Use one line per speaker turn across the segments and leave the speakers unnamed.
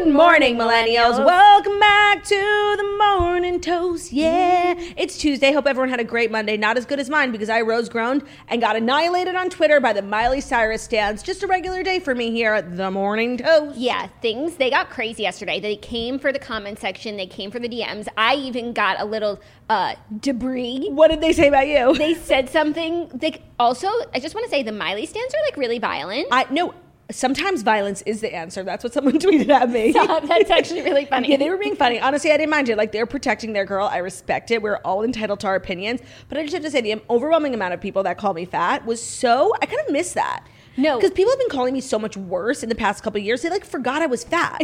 Good morning, millennials. Welcome back to the morning toast. Yeah, it's Tuesday. Hope everyone had a great Monday. Not as good as mine because I rose groaned and got annihilated on Twitter by the Miley Cyrus stance. Just a regular day for me here at the morning toast.
Yeah, things they got crazy yesterday. They came for the comment section, they came for the DMs. I even got a little uh debris.
What did they say about you?
They said something like also, I just want to say the Miley stands are like really violent.
I no. Sometimes violence is the answer. That's what someone tweeted at me.
Stop, that's actually really funny.
Yeah, they were being funny. Honestly, I didn't mind it. Like they're protecting their girl. I respect it. We're all entitled to our opinions. But I just have to say the overwhelming amount of people that call me fat was so I kind of miss that.
No.
Because people have been calling me so much worse in the past couple of years. They like forgot I was fat.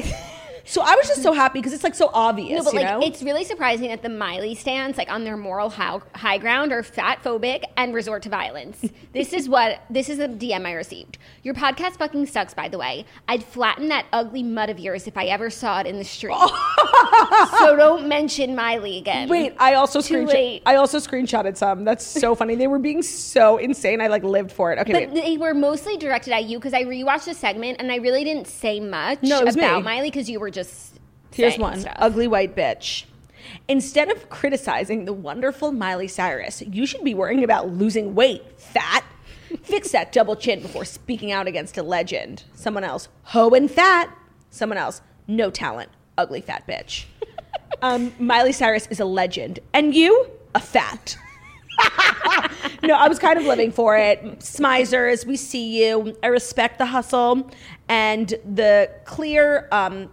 so I was just so happy because it's like so obvious.
No, but
you
like
know?
it's really surprising that the Miley stands, like on their moral high, high ground, are fat phobic and resort to violence. this is what this is a DM I received. Your podcast fucking sucks, by the way. I'd flatten that ugly mud of yours if I ever saw it in the street. so don't mention Miley again.
Wait, I also
Too
screenshot.
late.
I also screenshotted some. That's so funny. They were being so insane. I like lived for it. Okay, wait.
But they were mostly directed at you because I rewatched the segment and I really didn't say much
No, it was
about
me.
Miley because you were just
Here's
saying
one
stuff.
ugly white bitch. Instead of criticizing the wonderful Miley Cyrus, you should be worrying about losing weight, fat. Fix that double chin before speaking out against a legend. Someone else, ho and fat. Someone else, no talent, ugly fat bitch. Um, Miley Cyrus is a legend, and you, a fat. no, I was kind of living for it. Smizers, we see you. I respect the hustle and the clear um,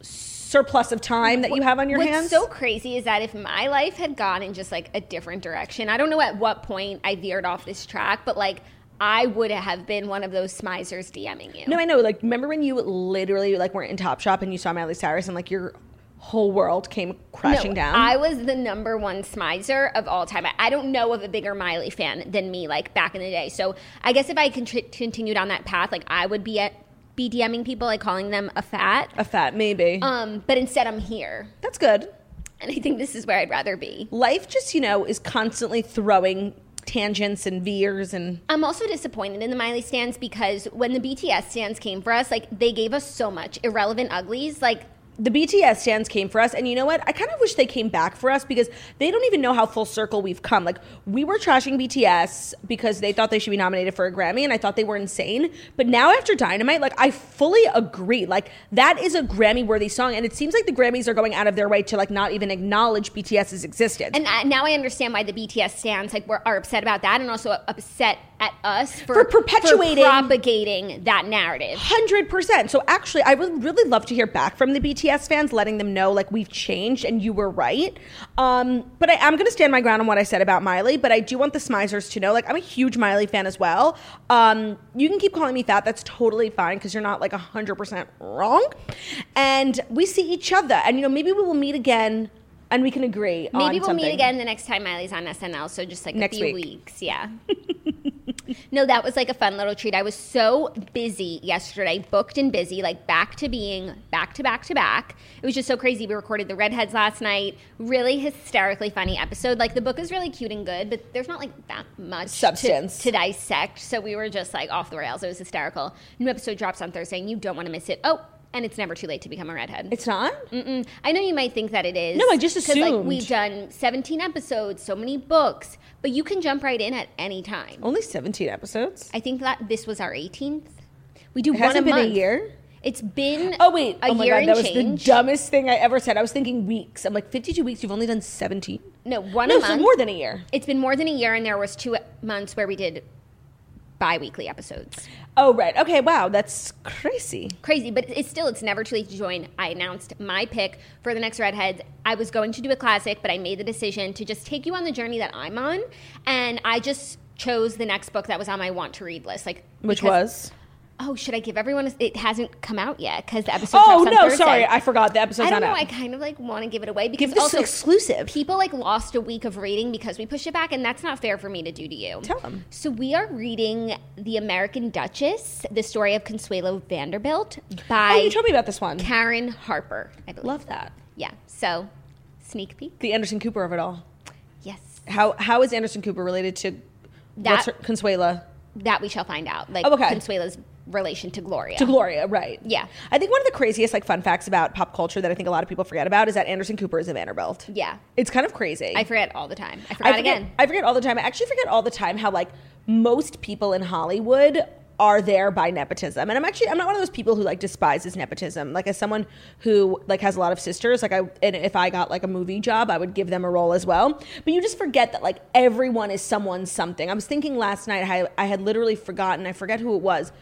surplus of time that you have on your
What's
hands.
so crazy is that if my life had gone in just like a different direction, I don't know at what point I veered off this track, but like I would have been one of those smizers DMing you.
no, I know. Like, remember when you literally like were in Top Shop and you saw Miley Cyrus and like your whole world came crashing
No,
down?
I was the number one smizer of all time. I, I don't know of a bigger Miley fan than me, like back in the day. So I guess if I contri- continued on that path, like I would be at be DMing people, like calling them a fat.
a fat maybe.
Um, but instead, I'm here,
That's good.
and I think this is where I'd rather be.
Life just you know is constantly throwing tangents and veers and
I'm also disappointed in the Miley stands because when the BTS stands came for us, like they gave us so much irrelevant uglies. Like
the BTS stands came for us, and you know what? I kind of wish they came back for us because they don't even know how full circle we've come. Like we were trashing BTS because they thought they should be nominated for a Grammy, and I thought they were insane. But now after Dynamite, like I fully agree. Like that is a Grammy-worthy song, and it seems like the Grammys are going out of their way to like not even acknowledge BTS's existence.
and I, now I understand why the BTS stands like were, are upset about that, and also upset at us for,
For perpetuating-
propagating that narrative.
Hundred percent. So actually, I would really love to hear back from the BTS fans, letting them know like we've changed and you were right. Um, but I am going to stand my ground on what I said about Miley. But I do want the Smizers to know, like, I'm a huge Miley fan as well. Um, you can keep calling me fat. That's totally fine because you're not like hundred percent wrong. And we see each other, and you know maybe we will meet again, and we can agree. on
Maybe we'll meet
something.
again the next time Miley's on SNL. So just like
Next
a few
week.
weeks, yeah. no, that was like a fun little treat. I was so busy yesterday, booked and busy, like back to being back to back to back. It was just so crazy. We recorded the redheads last night. Really hysterically funny episode. Like the book is really cute and good, but there's not like that much to-
Substance.
to, dissect. So we were just like off the rails. It was hysterical. New episode drops on Thursday, and you don't want to miss it. Oh. And it's never too late to become a redhead.
It's not.
Mm-mm. I know you might think that it is.
No, I just
'Cause, Like,
assumed.
we've done 17 episodes, so many books, but you can jump right in at any time.
Oh. Only 17 episodes.
I think that this was our 18th. We do
It
one a
hasn't been
month.
a year.
It's been
Oh wait,
a
oh my
year
god,
and
that was
change.
the dumbest thing I ever said. I was thinking weeks. I'm like, 52 weeks. You've only done 17.
no, one
no,
a
so
month.
more than a year.
it's been more than a year, and there was two months where we did bi-weekly episodes.
Oh right. Okay. Wow, that's crazy.
Crazy, but it's still it's never too late to join. I announced my pick for the next Redheads. I was going to do a classic, but I made the decision to just take you on the journey that I'm on, and I just chose the next book that was on my want to read list. Like
Which
because-
was?
oh, should I give everyone? A, it hasn't come out yet because the episode.
Oh
drops on
no,
Thursday.
sorry, I forgot the episode's
I don't
not
know.
out.
I kind of like want to give it away because
Give this
also
exclusive.
people like lost a week of reading because we pushed it back, and that's not fair for me to do to you.
Tell 'em.
So we are reading *The American Duchess*, the story of Consuelo Vanderbilt by
Oh, you told me about this one.
Karen Harper. I believe.
Love that.
Yeah. So, sneak peek.
The Anderson Cooper of it all.
Yes,
How how is Anderson Cooper related to what's her,
That-
Consuela
that we shall find out. Like
Oh, okay.
Consuelo's relation to Gloria.
to Gloria? Right.
Yeah.
I think one of the craziest like fun facts about pop culture that I think a lot of people forget about is that Anderson Cooper is a Vanderbilt.
Yeah.
It's kind of crazy.
I forget all the time. I
I
forgot
forget,
again.
I forget all the time. I actually forget all the time how like most people in Hollywood are there by nepotism. And I'm actually I'm not one of those people who like despises nepotism. Like as someone who like has a lot of sisters, like I and if I got like a movie job, I would give them a role as well. But you just forget that like everyone is someone's something. I was thinking last night I, I had literally forgotten, I forget who it was,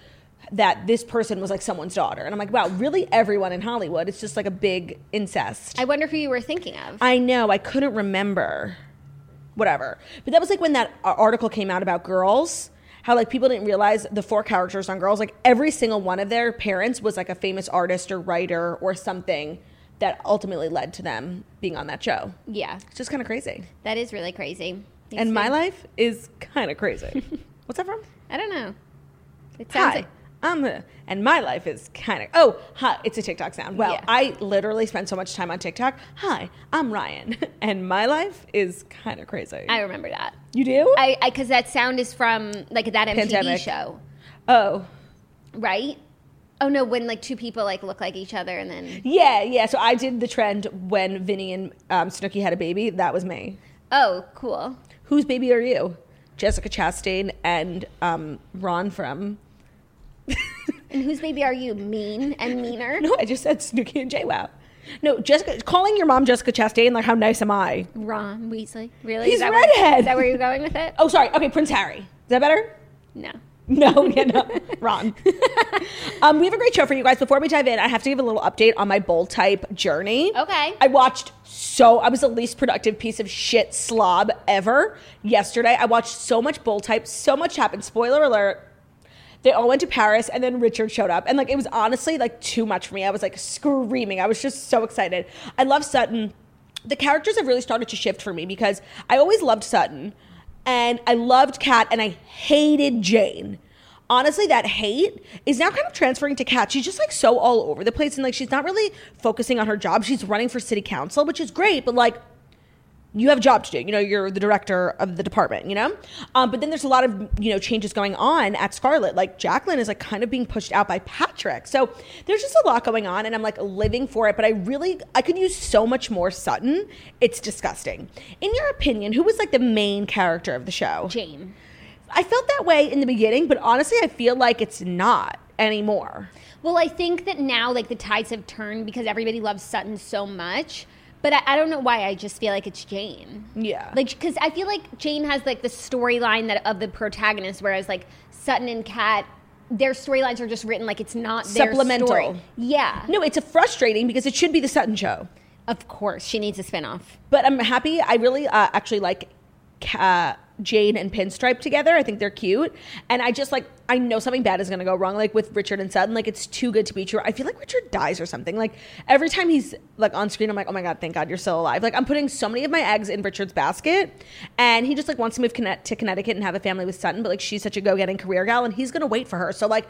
that this person was like someone's daughter. And I'm like, wow, really everyone in Hollywood. It's just like a big incest.
I wonder who you were thinking of.
I know. I couldn't remember. Whatever. But that was like when that a- article came out about girls. How like people didn't realize the four characters on girls. Like every single one of their parents was like a famous artist or writer or something that ultimately led to them being on that show.
yeah,
It's just kind of crazy.
that is really crazy. Makes
and my
me-
life is kind of crazy. What's that from?
I don't know. It sounds
Hi.
like
I'm a, Um, and my life is kind of oh hi it's a TikTok sound. Well,
Yeah.
I literally spend so much time on TikTok. Hi, I'm Ryan, and my life is kind of crazy.
I remember that.
You do?
I because that sound is from like that MTV
Pandemic.
show,
oh,
right? Oh no, when like two people like look like each other and then
yeah, yeah. So I did the trend when Vinny and um, Snooki had a baby. That was me.
oh cool.
Whose baby are you? Jessica Chastain and um, Ron from.
And whose baby are you? Mean and meaner.
No, I just said Snooki and Jay Wow. No, Jessica. Calling your mom Jessica Chastain, like how nice am I?
Ron Weasley. Really?
He's
Is that where-
redhead.
is that where you're going with it?
Oh, sorry. Okay, Prince Harry. Is that better?
no.
No, yeah, no, wrong. um, we have a great show for you guys. Before we dive in, I have to give a little update on my bold type journey.
Okay.
I watched so I was the least productive piece of shit slob ever yesterday. I watched so much bold type, so much happened. Spoiler alert. They all went to Paris and then Richard showed up. And like it was honestly like too much for me. I was like screaming. I was just so excited. I love Sutton. The characters have really started to shift for me because I always loved Sutton and I loved Kat and I hated Jane. Honestly, that hate is now kind of transferring to Kat. She's just like so all over the place and like she's not really focusing on her job. She's running for city council, which is great, but like you have a job to do. You know, you're the director of the department, you know? Um, but then there's a lot of, you know, changes going on at Scarlet. Like Jacqueline is like kind of being pushed out by Patrick. So there's just a lot going on and I'm like living for it. But I really, I could use so much more Sutton. It's disgusting. In your opinion, who was like the main character of the show?
Jane.
I felt that way in the beginning, but honestly, I feel like it's not anymore.
Well, I think that now like the tides have turned because everybody loves Sutton so much. But I, I don't know why. I just feel like it's Jane.
Yeah.
Like because I feel like Jane has like the storyline that of the protagonist, whereas like Sutton and Kat, their storylines are just written like it's not their
Supplemental.
story. Yeah.
No, it's a frustrating because it should be the Sutton show.
Of course, she needs a spinoff.
but I'm happy. I really uh, actually like uh, Jane and Pinstripe together. I think they're cute, and I just like I know something bad is gonna go wrong, like with Richard and Sutton. Like it's too good to be true. I feel like Richard dies or something. Like every time he's like on screen, I'm like, oh my god, thank God you're still alive. Like I'm putting so many of my eggs in Richard's basket, and he just like wants to move Conne- to Connecticut and have a family with Sutton, but like she's such a go-getting career gal, and he's gonna wait for her. So like.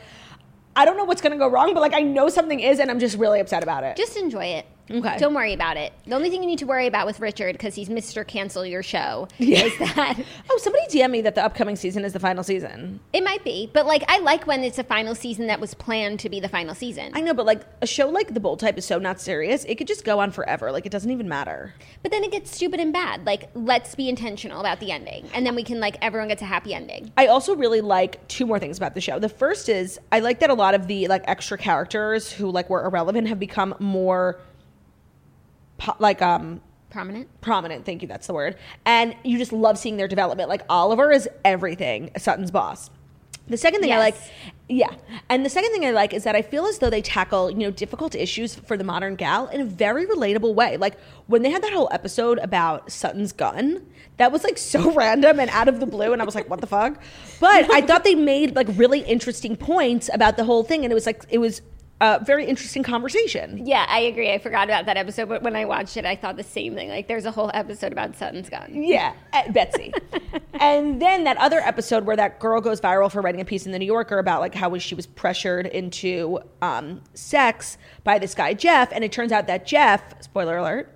I don't know what's gonna go wrong, but like I know something is, and I'm just really upset about it.
Just enjoy it.
Okay.
Don't worry about it. The only thing you need to worry about with Richard, because he's Mr. Cancel Your Show, is that
Oh, somebody DM me that the upcoming season is the final season.
it might be. But like, I like when it's a final season that was planned to be the final season.
I know, but like a show like The Bold Type is so not serious. It could just go on forever. Like it doesn't even matter.
But then it gets stupid and bad. Like, let's be intentional about the ending. And then we can, like, everyone gets a happy ending.
I also really like two more things about the show. The first is I like that a lot of the like extra characters who like were irrelevant have become more po- like um
Prominent?
prominent. Thank you, that's the word. And you just love seeing their development. Like Oliver is everything Sutton's boss. The second thing I
Yes.
like, yeah, and the second thing I like is that I feel as though they tackle you know difficult issues for the modern gal in a very relatable way. Like when they had that whole episode about Sutton's gun, that was like so random and out of the blue, and I was like, what the fuck? But I thought they made like really interesting points about the whole thing, and it was like it was a very interesting conversation.
Yeah, I agree. I forgot about that episode, but when I watched it, I thought the same thing. Like, there's a whole episode about Sutton's gun.
Yeah, at Betsy. and then that other episode where that girl goes viral for writing a piece in the New Yorker about like how she was pressured into um, sex by this guy Jeff, and it turns out that Jeff, spoiler alert,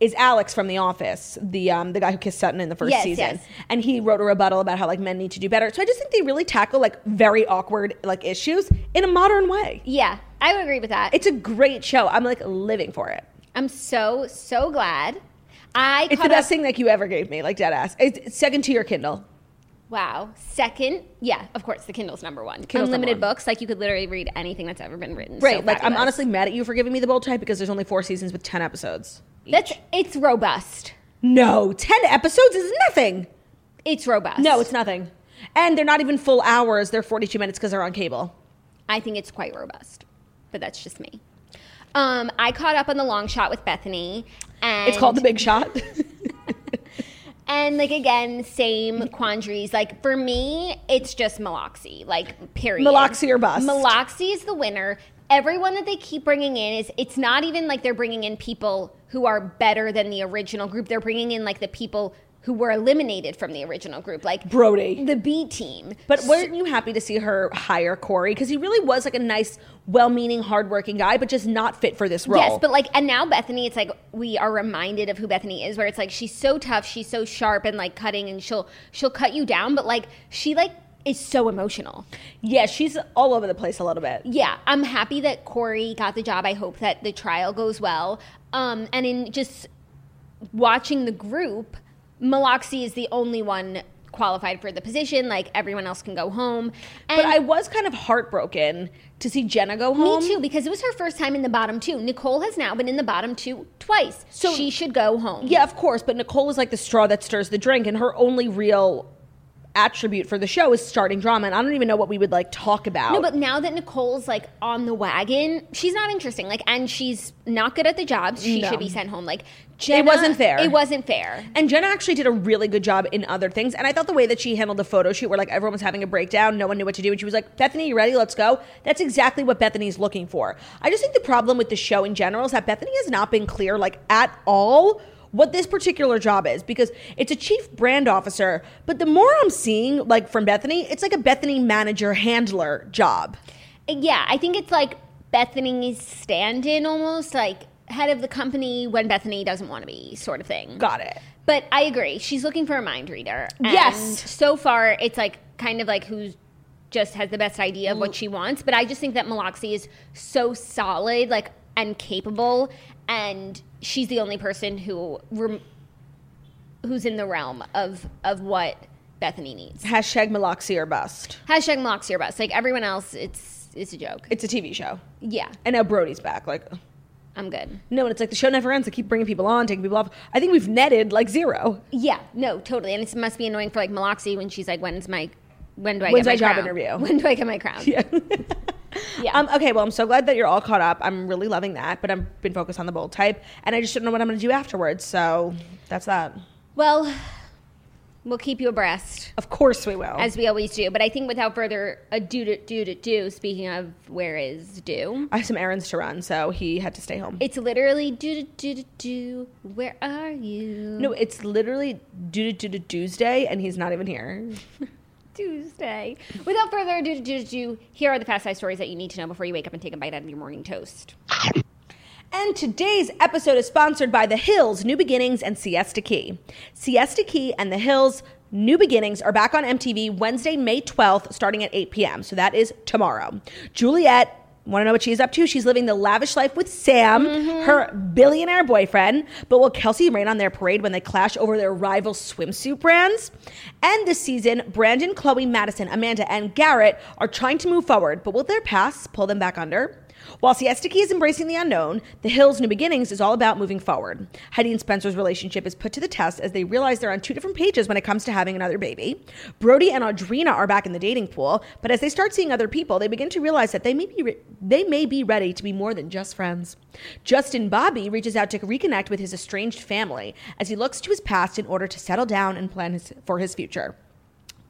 is Alex from The Office, the um, the guy who kissed Sutton in the first
Yes,
season,
yes.
and he wrote a rebuttal about how like men need to do better. So I just think they really tackle like very awkward like issues in a modern way.
Yeah, I would agree with that.
It's a great show. I'm like living for it.
I'm so, so glad. I
It's
caught
the best
up-
thing that you ever gave me, like dead ass. It's it's second to your Kindle.
Wow. Second, yeah, of course, the Kindle's number one.
Kindle's number
Unlimited
one.
books. Like, you could literally read anything that's ever been written. So
Right. like I'm
fabulous.
honestly mad at you for giving me the bold type because there's only four seasons with ten episodes.
That's, it's robust.
No, ten episodes is nothing.
It's robust.
No, it's nothing. And they're not even full hours. They're 42 minutes because they're on cable.
I think it's quite robust, but that's just me. Um, I caught up on the long shot with Bethany, and
It's called The Big Shot.
And like again, same quandaries. Like for me, it's just Maloxi. Like period.
Maloxi or bust.
Maloxi is the winner. Everyone that they keep bringing in is. It's not even like they're bringing in people who are better than the original group. They're bringing in like the people who were eliminated from the original group, like
Brody.
the B team.
But weren't you happy to see her hire Corey? Because he really was like a nice, well-meaning, hardworking guy, but just not fit for this role.
Yes, but like, and now Bethany, it's like we are reminded of who Bethany is, where it's like she's so tough, she's so sharp, and like cutting, and she'll she'll cut you down, but like she like is so emotional.
yeah, she's all over the place a little bit.
Yeah, I'm happy that Corey got the job. I hope that the trial goes well. Um, and in just watching the group, Maloxi is the only one qualified for the position. Like everyone else can go home. And
But I was kind of heartbroken to see Jenna go home.
Me too, because it was her first time in the bottom two. Nicole has now been in the bottom two twice.
So-
So she should go home.
Yeah, of course, but Nicole is like the straw that stirs the drink, and her only real attribute for the show is starting drama. And I don't even know what we would like talk about.
No, but now that Nicole's like on the wagon, she's not interesting. Like, and she's not good at the jobs. She
No.
should be sent home. Like, Jenna,
wasn't fair.
It wasn't fair.
and Jenna actually did a really good job in other things. And I thought the way that she handled the photo shoot, where like everyone was having a breakdown, no one knew what to do, and she was like, "Bethany, you ready? Let's go." That's exactly what Bethany's looking for. I just think the problem with the show in general is that Bethany has not been clear, like at all. What this particular job is because it's a chief brand officer, but the more I'm seeing, like from Bethany, it's like a Bethany manager handler job.
Yeah, I think it's like Bethany's stand-in, almost like head of the company when Bethany doesn't want to be, sort of thing.
Got it.
But I agree. She's looking for a mind reader. And
Yes.
So far, it's like kind of like who's just has the best idea of what she wants. But I just think that Maloxi is so solid, like and capable, and she's the only person who rem- who's in the realm of of what Bethany needs.
Hashtag Maloxi or bust.
Hashtag Maloxi or bust. Like everyone else, it's it's a joke.
It's a TV show.
Yeah,
And now Brody's back. Like,
I'm good.
no, and it's like the show never ends. They keep bringing people on, taking people off. I think we've netted like zero.
Yeah, no, totally. And it must be annoying for like Maloxi when she's like, "When's my, when do I
When's
get my
my job
crown?
interview?"
When do I get my crown?" Yeah, yeah.
Um, okay, well, I'm so glad that you're all caught up. I'm really loving that, but I've been focused on the bold type, and I just don't know what I'm going to do afterwards. So that's that.
well, we'll keep you abreast
Of course we will.
as we always do. But I think without further ado, to do to do. Speaking of where is do,
I have some errands to run, so he had to stay home.
it's literally do do do do. Where are you?
no, it's literally due to Tuesday, and he's not even here.
Tuesday. Without further ado, do do do. Here are the fast five stories that you need to know before you wake up and take a bite out of your morning toast.
And today's episode is sponsored by The Hills, New Beginnings, and Siesta Key. Siesta Key and The Hills, New Beginnings are back on MTV Wednesday, May 12th, starting at 8 p.m. So that is tomorrow. Juliet, want to know what she's up to? She's living the lavish life with Sam, her billionaire boyfriend. But will Kelsey rain on their parade when they clash over their rival swimsuit brands? And this season, Brandon, Chloe, Madison, Amanda, and Garrett are trying to move forward, but will their pasts pull them back under? While Siesta Key is embracing the unknown, The Hills New Beginnings is all about moving forward. Heidi and Spencer's relationship is put to the test as they realize they're on two different pages when it comes to having another baby. Brody and Audrina are back in the dating pool, but as they start seeing other people, they begin to realize that they may be re- they may be ready to be more than just friends. Justin Bobby reaches out to reconnect with his estranged family as he looks to his past in order to settle down and plan his, for his future.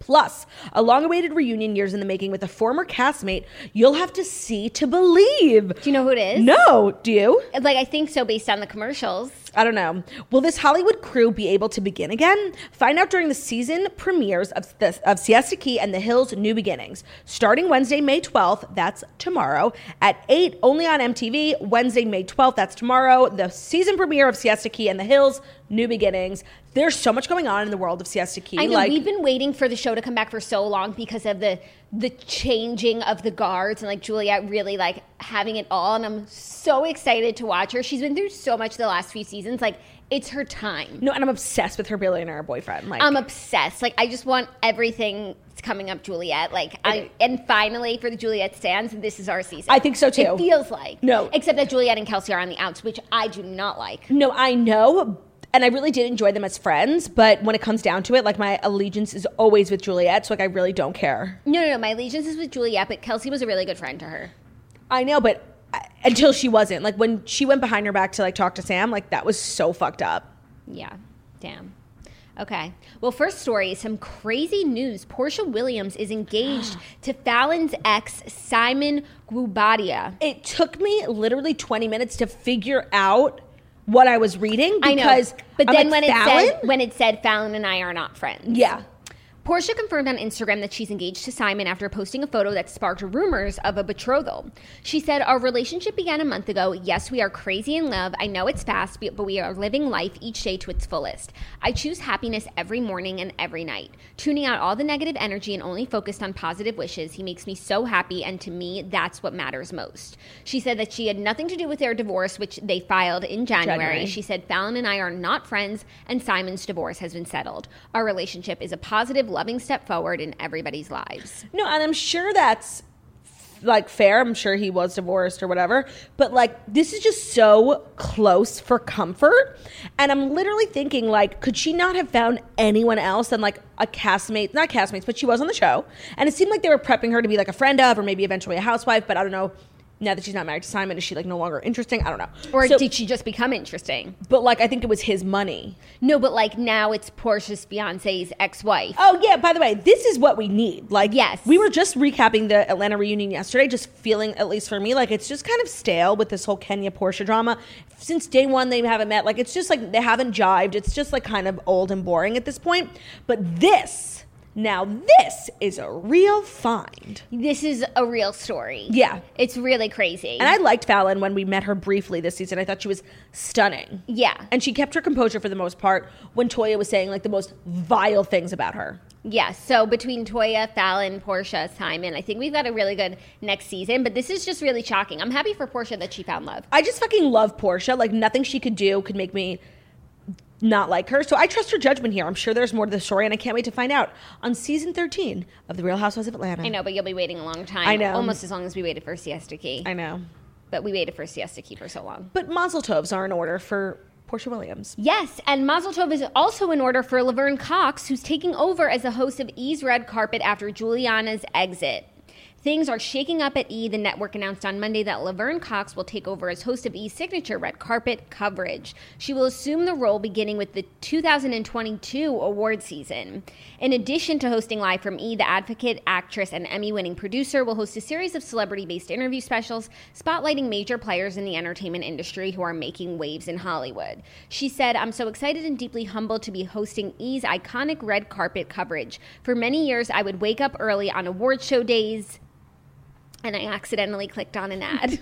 Plus, a long awaited reunion years in the making with a former castmate you'll have to see to believe.
Do you know who it is?
No, do you?
Like, I think so based on the commercials.
I don't know. Will this Hollywood crew be able to begin again? Find out during the season premieres of, the, of Siesta Key and The Hills New Beginnings, starting Wednesday, May 12th. That's tomorrow at 8, only on MTV. Wednesday, May 12th. That's tomorrow. The season premiere of Siesta Key and The Hills New Beginnings. There's so much going on in the world of Siesta Key.
I know we've been waiting for the show to come back for so long because of the the changing of the guards and like Juliet really like having it all and I'm so excited to watch her. She's been through so much the last few seasons. Like it's her time.
no, and I'm obsessed with her billionaire boyfriend. Like,
I'm obsessed. Like I just want everything that's coming up Juliet. Like I and finally for the Juliet stands, this is our season.
I think so, too.
It feels like.
No.
Except that Juliet and Kelsey are on the outs, which I do not like.
No, I know. And I really did enjoy them as friends, but when it comes down to it, like my allegiance is always with Juliet, so like I really don't care.
No, no, no. My allegiance is with Juliet, but Kelsey was a really good friend to her.
I know, but I, until she wasn't, like when she went behind her back to like talk to Sam, like that was so fucked up.
Yeah. Damn. Okay. Well, first story some crazy news. Portia Williams is engaged to Fallon's ex, Simon Gubadia.
It took me literally 20 minutes to figure out what I was reading because
I know. But
I'm
then
like,
when
Fallon?
it said when it said Fallon and I are not friends.
yeah.
Portia confirmed on Instagram that she's engaged to Simon after posting a photo that sparked rumors of a betrothal. She said, Our relationship began a month ago. Yes, we are crazy in love. I know it's fast, but we are living life each day to its fullest. I choose happiness every morning and every night, tuning out all the negative energy and only focused on positive wishes. He makes me so happy, and to me, that's what matters most. She said that she had nothing to do with their divorce, which they filed in
January.
January. She she said, Fallon and I are not friends, and Simon's divorce has been settled. Our relationship is a positive, loving step forward in everybody's lives.
No, and I'm sure that's like fair. I'm sure he was divorced or whatever. But like this is just so close for comfort. And I'm literally thinking like could she not have found anyone else than like a castmate, not castmates, but she was on the show. And it seemed like they were prepping her to be like a friend of or maybe eventually a housewife, but I don't know. Now that she's not married to Simon, is she like no longer interesting? I don't know.
Or
So-
did she just become interesting?
but like I think it was his money.
No, but like now it's Portia's fiance's ex wife.
Oh yeah, by the way, this is what we need. Like
Yes.
We were just recapping the Atlanta reunion yesterday, just feeling at least for me like it's just kind of stale with this whole Kenya Porsche drama. Since day 1 they haven't met. Like it's just like they haven't jived. It's just like kind of old and boring at this point. But this now this is a real find.
This is a real story.
Yeah.
It's really crazy.
And I liked Fallon when we met her briefly this season. I thought she was stunning.
yeah.
And she kept her composure for the most part when Toya was saying like the most vile things about her.
Yeah, so between Toya, Fallon, Portia, Simon, I think we've got a really good next season, but this is just really shocking. I'm happy for Portia that she found love.
I just fucking love Portia. Like nothing she could do could make me not like her. So I trust her judgment here. I'm sure there's more to the story, and I can't wait to find out on season 13 of The Real Housewives of Atlanta.
I know, but you'll be waiting a long time.
I know.
Almost as long as we waited for Siesta Key.
I know.
but we waited for Siesta Key for so long.
But Mazel Tovs are in order for Portia Williams.
Yes, and Mazel Tov is also in order for Laverne Cox, who's taking over as the host of E's Red Carpet after Juliana's exit. Things are shaking up at E. The network announced on Monday that Laverne Cox will take over as host of E's signature red carpet coverage. She will assume the role beginning with the 2022 award season. In addition to hosting live from E, the advocate, actress, and Emmy winning producer will host a series of celebrity based interview specials spotlighting major players in the entertainment industry who are making waves in Hollywood. She said, I'm so excited and deeply humbled to be hosting E's iconic red carpet coverage. For many years, I would wake up early on award show days and I accidentally clicked on an ad.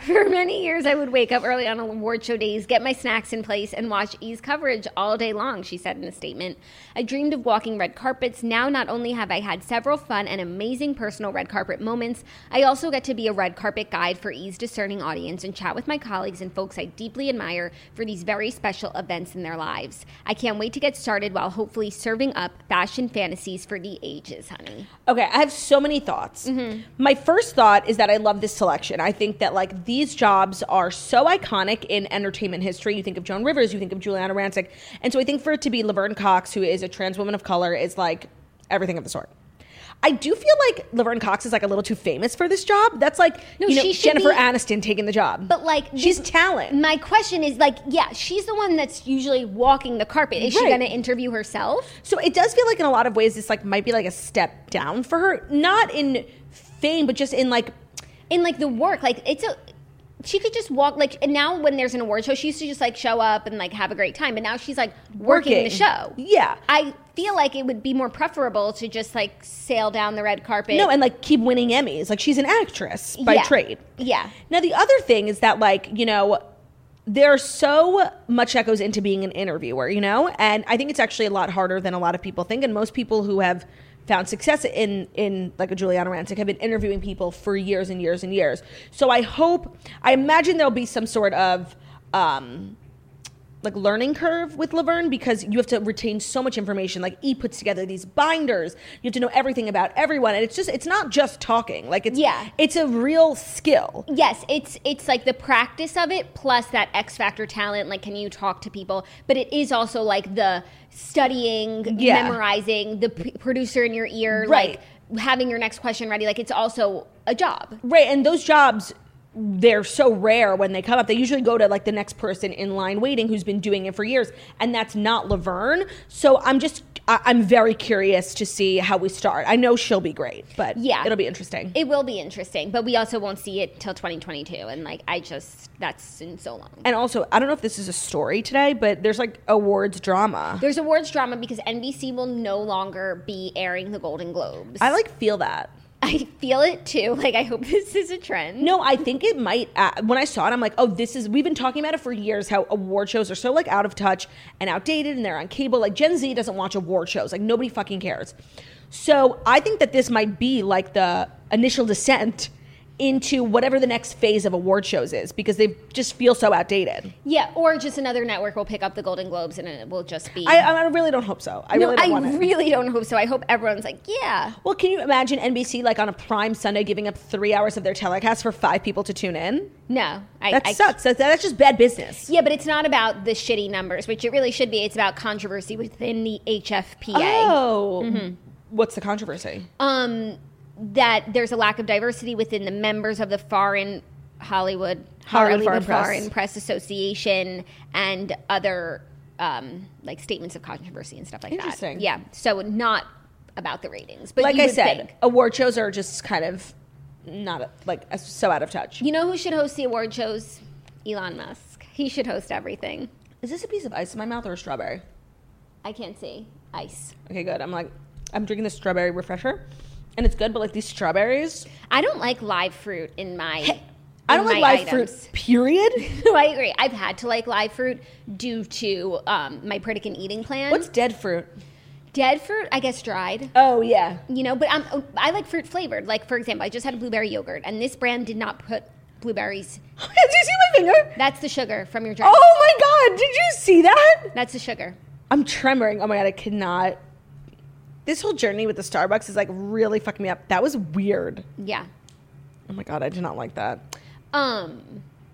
For many years, I would wake up early on award show days, get my snacks in place, and watch E's coverage all day long, she said in a statement. I dreamed of walking red carpets. Now, not only have I had several fun and amazing personal red carpet moments, I also get to be a red carpet guide for E's discerning audience and chat with my colleagues and folks I deeply admire for these very special events in their lives. I can't wait to get started while hopefully serving up fashion fantasies for the ages, honey.
Okay, I have so many thoughts.
Mm-hmm.
My first thought is that I love this selection. I think that like these jobs are so iconic in entertainment history. You think of Joan Rivers, you think of Juliana Rancic, and so I think for it to be Laverne Cox, who is a trans woman of color, is like everything of the sort. I do feel like Laverne Cox is like a little too famous for this job. That's like
No,
you know,
she should
Jennifer
be-
Aniston taking the job,
But like
she's
this-
talent.
My question is like, yeah, she's the one that's usually walking the carpet. Is she
Right.
going to interview herself?
So it does feel like in a lot of ways this like might be like a step down for her, not in fame, but just in like
in like the work like it's a she could just walk like and now when there's an award show she used to just like show up and like have a great time but now she's like working, the show
Yeah.
i feel like it would be more preferable to just like sail down the red carpet
no, and like keep winning Emmys. Like she's an actress by
Yeah.
trade.
yeah
Now the other thing is that like, you know, there's so much that goes into being an interviewer, you know? And I think it's actually a lot harder than a lot of people think. And most people who have found success in in like a Juliana Rancic have been interviewing people for years and years and years. So I hope I imagine there'll be some sort of um like learning curve with Laverne because you have to retain so much information. Like E puts together these binders. You have to know everything about everyone. And it's just it's not just talking. Like it's
Yeah.
it's a real skill.
yes it's it's like the practice of it plus that x factor talent like can you talk to people but it is also like the studying
Yeah.
memorizing the p- producer in your ear
Right.
like having your next question ready like it's also a job
Right. And those jobs they're so rare when they come up. They usually go to like the next person in line waiting who's been doing it for years. And that's not Laverne. So I'm just I- I'm very curious to see how we start. I know she'll be great, but
Yeah.
it'll be interesting.
It will be interesting, but we also won't see it till 2022. And like, I just, that's in so long.
and also, I don't know if this is a story today, but there's like awards drama.
There's awards drama because NBC will no longer be airing the Golden Globes.
I like feel that.
I feel it too. Like, I hope this is a trend.
No, I think it might. Uh, when I saw it, I'm like, oh, this is. We've been talking about it for years. How award shows are so like out of touch and outdated, and they're on cable. Like Gen Z doesn't watch award shows. Like nobody fucking cares. So I think that this might be like the initial descent into whatever the next phase of award shows is because they just feel so outdated.
Yeah, or just another network will pick up the Golden Globes and it will just be.
I, I really don't hope so. I
no,
really don't want
I
it.
really don't hope so. I hope everyone's like, yeah.
well, can you imagine NBC like on a prime Sunday giving up three hours of their telecast for five people to tune in?
No. I,
That
I,
sucks. That, that's just bad business.
Yeah, but it's not about the shitty numbers, which it really should be. It's about controversy within the HFPA.
Oh.
Mm-hmm.
What's the controversy?
um, that there's a lack of diversity within the members of the foreign Hollywood
Hollywood
Hollywood
Foreign
Foreign,
Press.
Press Association and other um, like statements of controversy and stuff like
Interesting.
that. Yeah, so not about the ratings, but
like
you
I
would
said,
think.
award shows are just kind of not like so out of touch.
you know who should host the award shows? Elon Musk. He should host everything.
Is this a piece of ice in my mouth or a strawberry?
I can't see ice.
Okay, good. I'm like, I'm drinking this strawberry refresher, and it's good, but like these strawberries,
I don't like live fruit in my.
I
in
don't like
my
live
items.
fruit. Period.
No, I agree. I've had to like live fruit due to um, my Pritikin eating plan.
What's dead fruit?
dead fruit? I guess dried.
Oh yeah.
You know, but i I like fruit flavored. Like for example, I just had a blueberry yogurt, and this brand did not put blueberries.
Did you see my finger?
That's the sugar from your drink.
Oh my god! Did you see that?
That's the sugar.
I'm tremoring. Oh my god! I cannot. This whole journey with the Starbucks is like really fucking me up. That was weird.
Yeah.
Oh my god! I did not like that.
Um,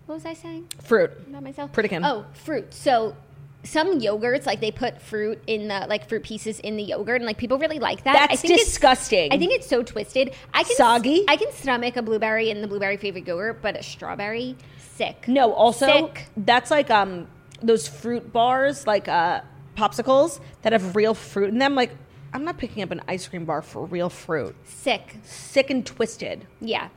what was I saying
Fruit.
about myself?
Pritikin.
Oh, fruit. So. Some yogurts, like they put fruit in the like fruit pieces in the yogurt, and like people really like that.
That's
I think it's-
disgusting.
I think it's so twisted. I can
Soggy?
I can stomach a blueberry and the blueberry flavored yogurt, but a strawberry, sick.
No, also
Sick.
that's like um those fruit bars, like uh popsicles that have real fruit in them. Like I'm not picking up an ice cream bar for real fruit.
sick.
Sick and twisted.
Yeah.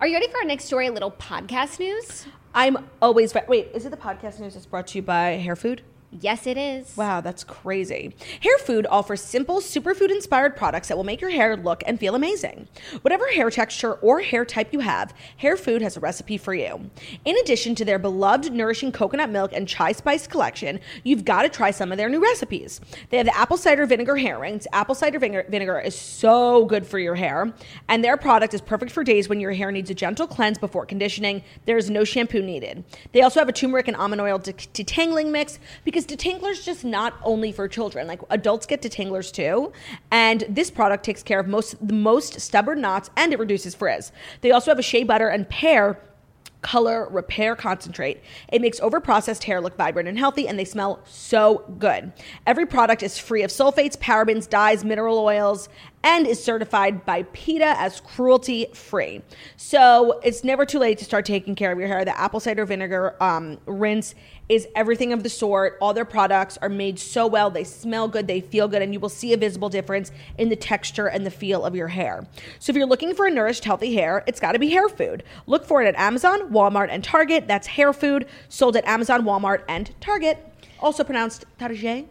Are you ready for our next story? A little podcast news.
I'm always wait. Is it the podcast news that's brought to you by Hair Food?
Yes, it is.
Wow, that's crazy. Hair Food offers simple, superfood inspired products that will make your hair look and feel amazing. Whatever hair texture or hair type you have, Hair Food has a recipe for you. In addition to their beloved nourishing coconut milk and chai spice collection, you've got to try some of their new recipes. They have the apple cider vinegar hair rings. Apple cider vinegar, vinegar is so good for your hair, and their product is perfect for days when your hair needs a gentle cleanse before conditioning. There is no shampoo needed. They also have a turmeric and almond oil de- detangling mix because detangler's just not only for children. Like adults get detanglers too, and this product takes care of most the most stubborn knots and it reduces frizz. They also have a shea butter and pear color repair concentrate. It makes overprocessed hair look vibrant and healthy and they smell so good. Every product is free of sulfates, parabens, dyes, mineral oils and is certified by PETA as cruelty free. So, it's never too late to start taking care of your hair. The apple cider vinegar um, rinse is everything of the sort. All their products are made so well, they smell good, they feel good, and you will see a visible difference in the texture and the feel of your hair. So if you're looking for a nourished, healthy hair, it's got to be hair food. Look for it at Amazon, Walmart, and Target. That's hair food sold at Amazon, Walmart, and Target. Also pronounced Target.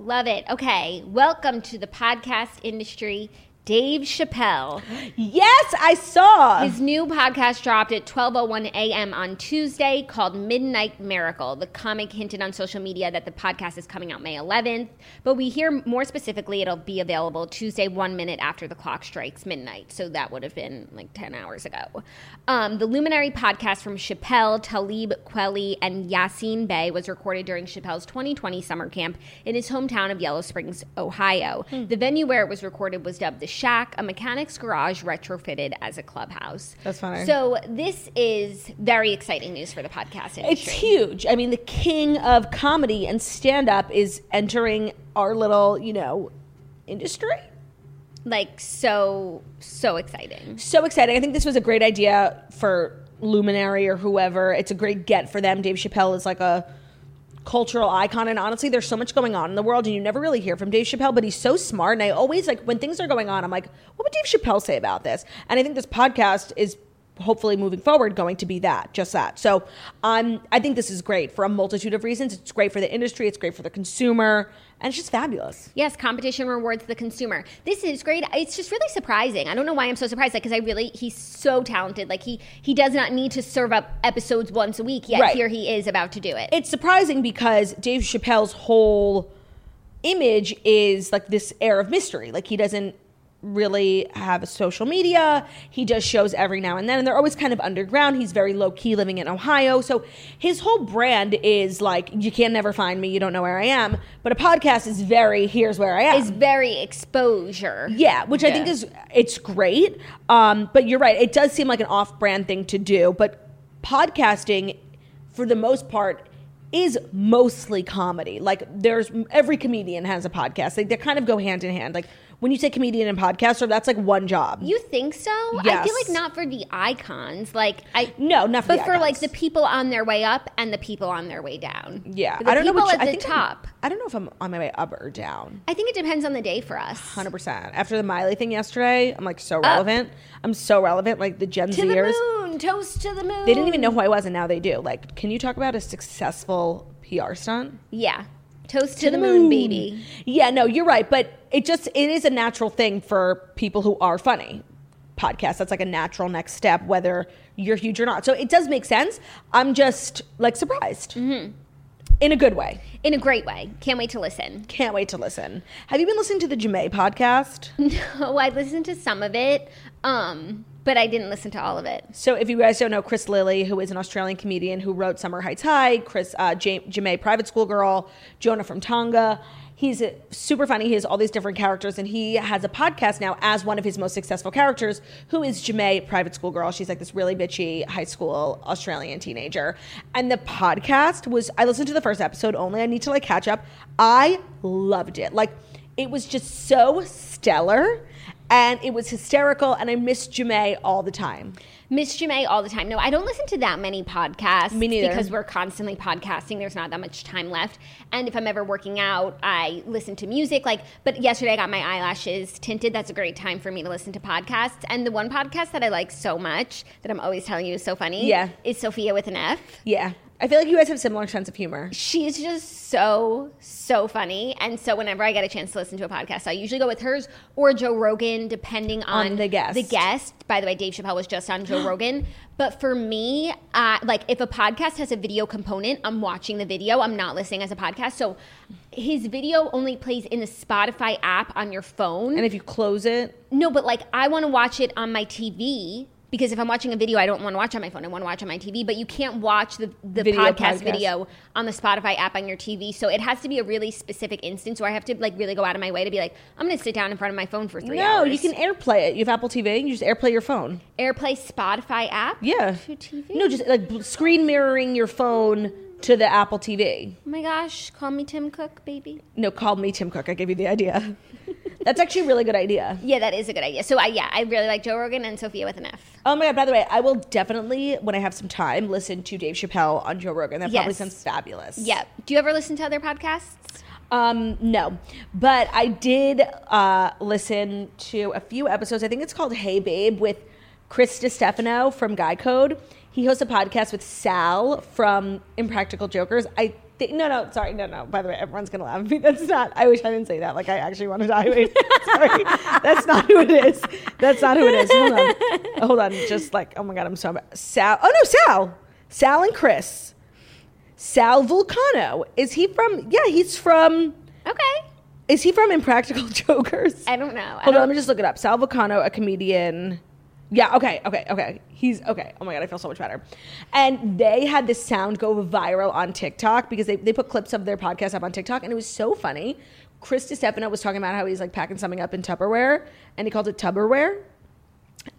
Love it. Okay, welcome to the podcast industry, Dave Chappelle.
Yes, I saw.
His new podcast dropped at 12:01 a.m. on Tuesday called Midnight Miracle. The comic hinted on social media that the podcast is coming out May 11th, but we hear more specifically it'll be available Tuesday 1 minute after the clock strikes midnight. So that would have been like 10 hours ago. Um, the Luminary podcast from Chappelle, Talib Kweli, and Yassine Bey was recorded during Chappelle's 2020 summer camp in his hometown of Yellow Springs, Ohio.
Hmm.
The venue where it was recorded was dubbed The Shack, a mechanic's garage retrofitted as a clubhouse.
That's funny.
So this is very exciting news for the podcast industry.
It's huge. I mean, the king of comedy and stand up is entering our little, you know, industry.
like so so exciting.
So exciting. I think this was a great idea for Luminary or whoever. It's a great get for them. Dave Chappelle is like a cultural icon and honestly there's so much going on in the world and you never really hear from Dave Chappelle but he's so smart and I always like when things are going on I'm like what would Dave Chappelle say about this and I think this podcast is hopefully moving forward going to be that just that so um, I think this is great for a multitude of reasons it's great for the industry it's great for the consumer and it's just fabulous
Yes, competition rewards the consumer. This is great. It's just really surprising. I don't know why I'm so surprised. Like, because I really he's so talented. Like he he does not need to serve up episodes once a week. Yet
Right.
here he is about to do it.
it's surprising because Dave Chappelle's whole image is like this air of mystery. Like he doesn't really have a social media. He does shows every now and then, and they're always kind of underground. He's very low key, living in Ohio, so his whole brand is like you can never find me. You don't know where I am. But a podcast is very here's where I am.
It's very exposure.
Yeah, which I think
Yeah.
is it's great. Um, but you're right; it does seem like an off-brand thing to do. But podcasting, for the most part, is mostly comedy. Like there's every comedian has a podcast. Like they kind of go hand in hand. Like when you say comedian and podcaster, that's like one job.
You think so? I
Yes.
feel like not for the icons. Like I
No, not for
but
the
for like
icons.
the people on their way up and the people on their way down.
yeah,
the
I don't know
people
which
at
I
the
think I'm-
top.
I don't know if I'm on my way up or down.
I think it depends on the day for us.
Hundred percent. After the Miley thing yesterday, I'm like so relevant. I'm so relevant. Like the Gen
To
Zers.
the moon, toast to the moon.
They didn't even know who I was, and now they do. Like, can you talk about a successful PR stunt?
Yeah, toast to, the, moon, baby.
Yeah, no, you're right, but it just it is a natural thing for people who are funny. Podcast that's like a natural next step, whether you're huge or not. So it does make sense. I'm just like surprised in a good way.
In a great way. Can't wait to listen.
Can't wait to listen. Have you been listening to the Jamae podcast?
Oh, I listened to some of it, um, but I didn't listen to all of it.
So, if you guys don't know Chris Lilly, who is an Australian comedian who wrote Summer Heights High, Chris uh, J- Jamae Private School Girl, Jonah from Tonga, he's a, super funny. He has all these different characters, and he has a podcast now as one of his most successful characters, who is Jamae Private School Girl. She's like this really bitchy high school Australian teenager, and the podcast was. I listened to the first episode only. I need to like catch up. I loved it. Like it was just so stellar. And it was hysterical, and I miss Jamae all the time.
Miss Jamae all the time. No, I don't listen to that many podcasts.
Me neither.
Because we're constantly podcasting. There's not that much time left. And if I'm ever working out, I listen to music. Like, but yesterday I got my eyelashes tinted. That's a great time for me to listen to podcasts. And the one podcast that I like so much that I'm always telling you is so funny
Yeah.
is Sophia with an F.
Yeah. I feel like you guys have similar sense of humor.
She's just so, so funny. And so whenever I get a chance to listen to a podcast, I usually go with hers or Joe Rogan, depending on,
On the guest.
The guest. By the way, Dave Chappelle was just on Joe Rogan. But for me, uh, like if a podcast has a video component, I'm watching the video. I'm not listening as a podcast. So his video only plays in the Spotify app on your phone.
And if you close it,
No, but like I want to watch it on my TV because if I'm watching a video, I don't want to watch on my phone. I want to watch on my TV. But you can't watch the, the
Video podcast.
podcast, video on the Spotify app on your TV. So it has to be a really specific instance where I have to like really go out of my way to be like, I'm going to sit down in front of my phone for three
no,
hours.
you can AirPlay it. You have Apple TV, you just AirPlay your phone.
AirPlay Spotify app.
Yeah.
To TV.
No, just like bl- screen mirroring your phone to the Apple TV.
Oh my gosh, call me Tim Cook, baby.
No, call me Tim Cook. I gave you the idea. That's actually a really good idea.
Yeah, that is a good idea. So I yeah, I really like Joe Rogan and Sophia with an F.
Oh my god! By the way, I will definitely, when I have some time, listen to Dave Chappelle on Joe Rogan. That probably
Yes.
sounds fabulous.
Yeah. Do you ever listen to other podcasts?
Um, no, but I did uh, listen to a few episodes. I think it's called Hey Babe with Chris DiStefano from Guy Code. He hosts a podcast with Sal from Impractical Jokers. I think no, no, sorry, no, no. By the way, everyone's gonna laugh at me. That's not. I wish I didn't say that. Like I actually want to die. Wait, sorry, that's not who it is. That's not who it is. Hold on, hold on. Just like oh my god, I'm so embar- Sal. Oh no, Sal, Sal and Chris. Sal Vulcano. Is he from? Yeah, he's from.
Okay.
Is he from Impractical Jokers?
I don't know. I
Hold on,
don't-
let me just look it up. Sal Vulcano, a comedian. Yeah, okay, okay, okay. He's okay. Oh my god, I feel so much better. And they had this sound go viral on TikTok because they, they put clips of their podcast up on TikTok and it was so funny. Chris DiStefano was talking about how he's like packing something up in Tupperware and he called it Tupperware.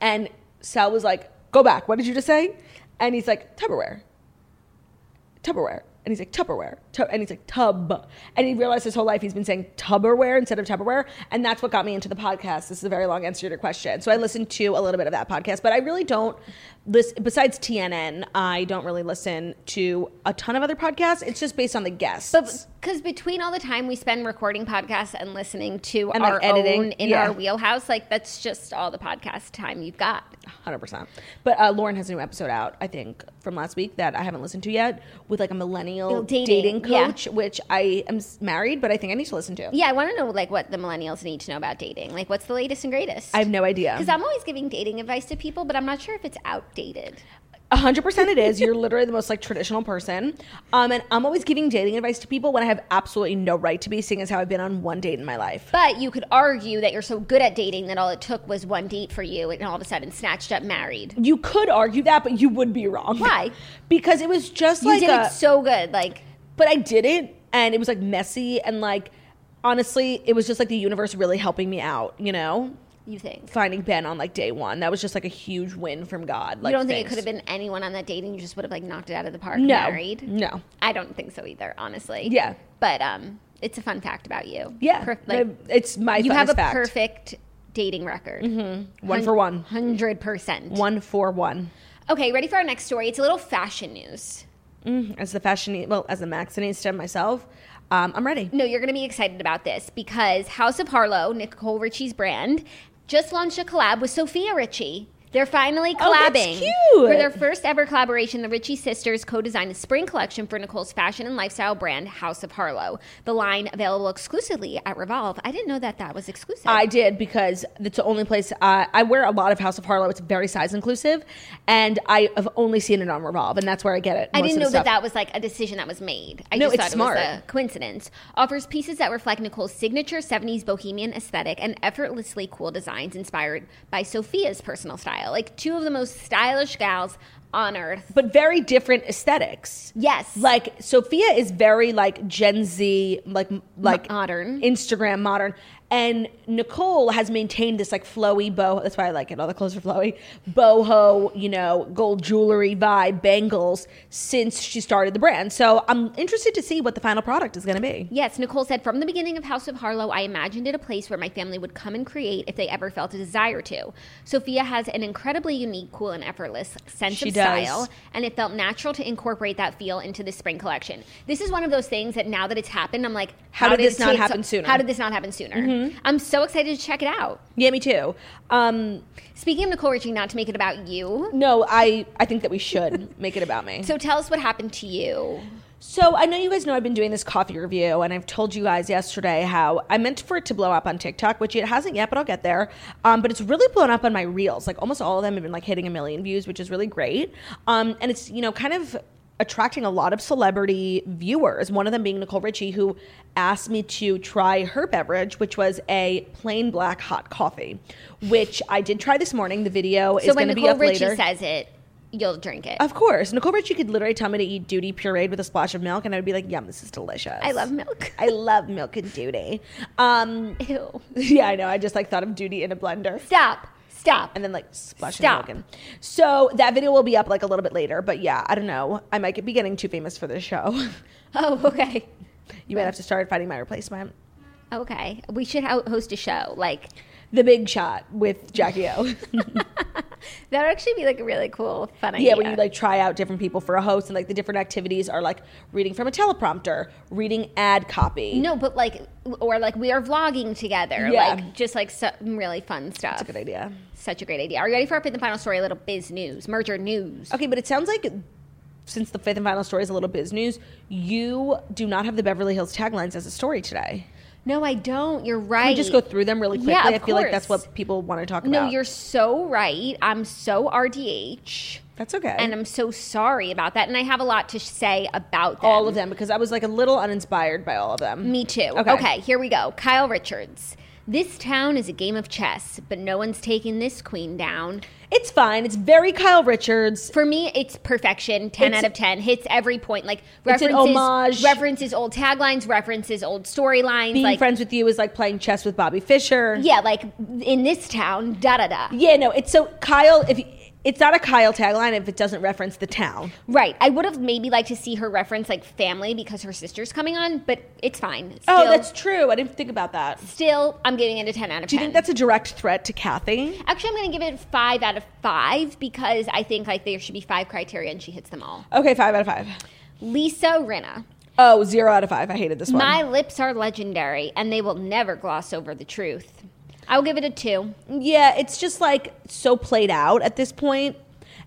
And Sal was like, Go back, what did you just say? And he's like, Tupperware. Tupperware. And he's like, Tupperware. Tu- and he's like, tub. And he realized his whole life he's been saying Tupperware instead of Tupperware. And that's what got me into the podcast. This is a very long answer to your question. So I listened to a little bit of that podcast, but I really don't, listen, besides TNN, I don't really listen to a ton of other podcasts. It's just based on the guests.
Because between all the time we spend recording podcasts and listening to
And, like,
our
editing,
own in
yeah.
our wheelhouse, like that's just all the podcast time you've got.
100%. But uh, Lauren has a new episode out, I think, from last week that I haven't listened to yet with like a millennial dating,
Dating, yeah.
coach, which I am s- married, but I think I need to listen to.
Yeah, I want to know like what the millennials need to know about dating. Like, what's the latest and greatest?
I have no idea.
Because I'm always giving dating advice to people, but I'm not sure if it's outdated.
A hundred percent, it is. You're literally the most like traditional person, um, and I'm always giving dating advice to people when I have absolutely no right to be, seeing as how I've been on one date in my life.
But you could argue that you're so good at dating that all it took was one date for you, and all of a sudden snatched up, married.
You could argue that, but you would be wrong.
Why?
Because it was just
You
like
did
a,
it so good, like.
but I did it, and it was like messy, and like honestly, it was just like the universe really helping me out. You know,
You think?
finding Ben on like day one, that was just like a huge win from God. Like,
you don't think it
thanks.
could have been anyone on that dating? You just would have like knocked it out of the park,
no,
married.
no.
I don't think so either, honestly.
Yeah.
But um, it's a fun fact about you.
Yeah,
Per- like,
it's my
you have
funnest
a
fact.
perfect dating record.
one for one,
100%.
one for one.
Okay, ready for our next story? It's a little fashion news.
as the fashionista, well, as a Maxinista myself, um, I'm ready.
No, you're going to be excited about this because House of Harlow, Nicole Richie's brand, just launched a collab with Sophia Richie. They're finally
Oh, that's
collabing.
cute.
For their first ever collaboration, the Richie sisters co designed the spring collection for Nicole's fashion and lifestyle brand, House of Harlow. The line available exclusively at Revolve. I didn't know that that was exclusive.
I did because it's the only place I, I wear a lot of House of Harlow. It's very size inclusive, and I have only seen it on Revolve, and that's where I get it.
I
most
didn't know
of the
that
stuff.
that was like a decision that was made. I
No,
just
it's
thought
smart.
it was a coincidence. Offers pieces that reflect Nicole's signature 70s bohemian aesthetic and effortlessly cool designs inspired by Sophia's personal style. Like two of the most stylish gals on earth.
but very different aesthetics.
Yes.
Like Sophia is very like Gen Z, like like
Modern.
Instagram modern, and Nicole has maintained this like flowy boho. That's why I like it. All the clothes are flowy, boho, you know, gold jewelry vibe, bangles since she started the brand. So I'm interested to see what the final product is going to be.
Yes, Nicole said, from the beginning of House of Harlow, I imagined it a place where my family would come and create if they ever felt a desire to. Sophia has an incredibly unique, cool, and effortless sense
She
of
does.
style, and it felt natural to incorporate that feel into the spring collection. This is one of those things that now that it's happened, I'm like,
How did this not
take
happen sooner? Mm-hmm.
How did this not happen sooner? I'm so excited to check it out.
Yeah, me too. Um,
Speaking of Nicole Richie, not to make it about you.
no, I I think that we should make it about me.
So tell us what happened to you.
So I know you guys know I've been doing this coffee review, and I've told you guys yesterday how I meant for it to blow up on TikTok, which it hasn't yet, but I'll get there. Um, but it's really blown up on my reels. Like almost all of them have been like hitting a million views, which is really great. Um, and it's you know kind of attracting a lot of celebrity viewers. One of them being Nicole Richie, who asked me to try her beverage, which was a plain black hot coffee, which I did try this morning. The video
So
is going
when
to be
Nicole
up
Richie
later.
says it, you'll drink it.
Of course. Nicole Richie could literally tell me to eat duty pureed with a splash of milk, and I would be like, yum, this is delicious.
I love milk.
I love milk and duty. Um,
Ew.
yeah, I know. I just like thought of duty in a blender.
Stop. Stop.
And then like splash of
Stop.
milk in. So that video will be up like a little bit later. But yeah, I don't know. I might be getting too famous for this show.
oh, okay.
you might have to start finding my replacement.
Okay. We should ho- host a show. Like,
The Big Shot with Jackie O.
that would actually be like a really cool, fun idea.
Yeah, where you like try out different people for a host, and like the different activities are like reading from a teleprompter, reading ad copy.
No, but like, or like we are vlogging together.
Yeah.
Like, just like some really fun stuff.
Good idea.
Such a great idea. Are you ready for our fifth and final story? A little biz news, merger news.
Okay, but it sounds like since the fifth and final story is a little biz news, you do not have the Beverly Hills taglines as a story today.
No, I don't. You're right.
Can we just go through them really quickly?
Yeah, of
I feel like that's
course.
what people want to talk
No,
about.
you're so right. I'm so RDH.
That's okay.
And I'm so sorry about that. And I have a lot to say about them.
all of them because I was like a little uninspired by all of them.
Me too.
Okay.
Okay. here we go. Kyle Richards. This town is a game of chess, but no one's taking this queen down.
It's fine. It's very Kyle Richards.
For me, it's perfection. Ten
It's-
out of ten. Hits every point. Like
It's an
references,
homage.
references old taglines, references old storylines.
Being
like
friends with you is like playing chess with Bobby Fischer.
yeah, like in this town, da da da.
Yeah, no, it's so Kyle if it's not a Kyle tagline if it doesn't reference the town.
Right. I would have maybe liked to see her reference like family because her sister's coming on, but it's fine. Still,
Oh, that's true. I didn't think about that. Do
still. I'm giving it a ten out of ten.
you think that's a direct threat to Kathy?
Actually, I'm going to give it five out of five because I think like there should be five criteria and she hits them all.
Okay, five out of five.
Lisa Rinna.
Oh, zero out of five. I hated this one.
My lips are legendary and they will never gloss over the truth. I'll give it a two.
yeah, it's just like so played out at this point.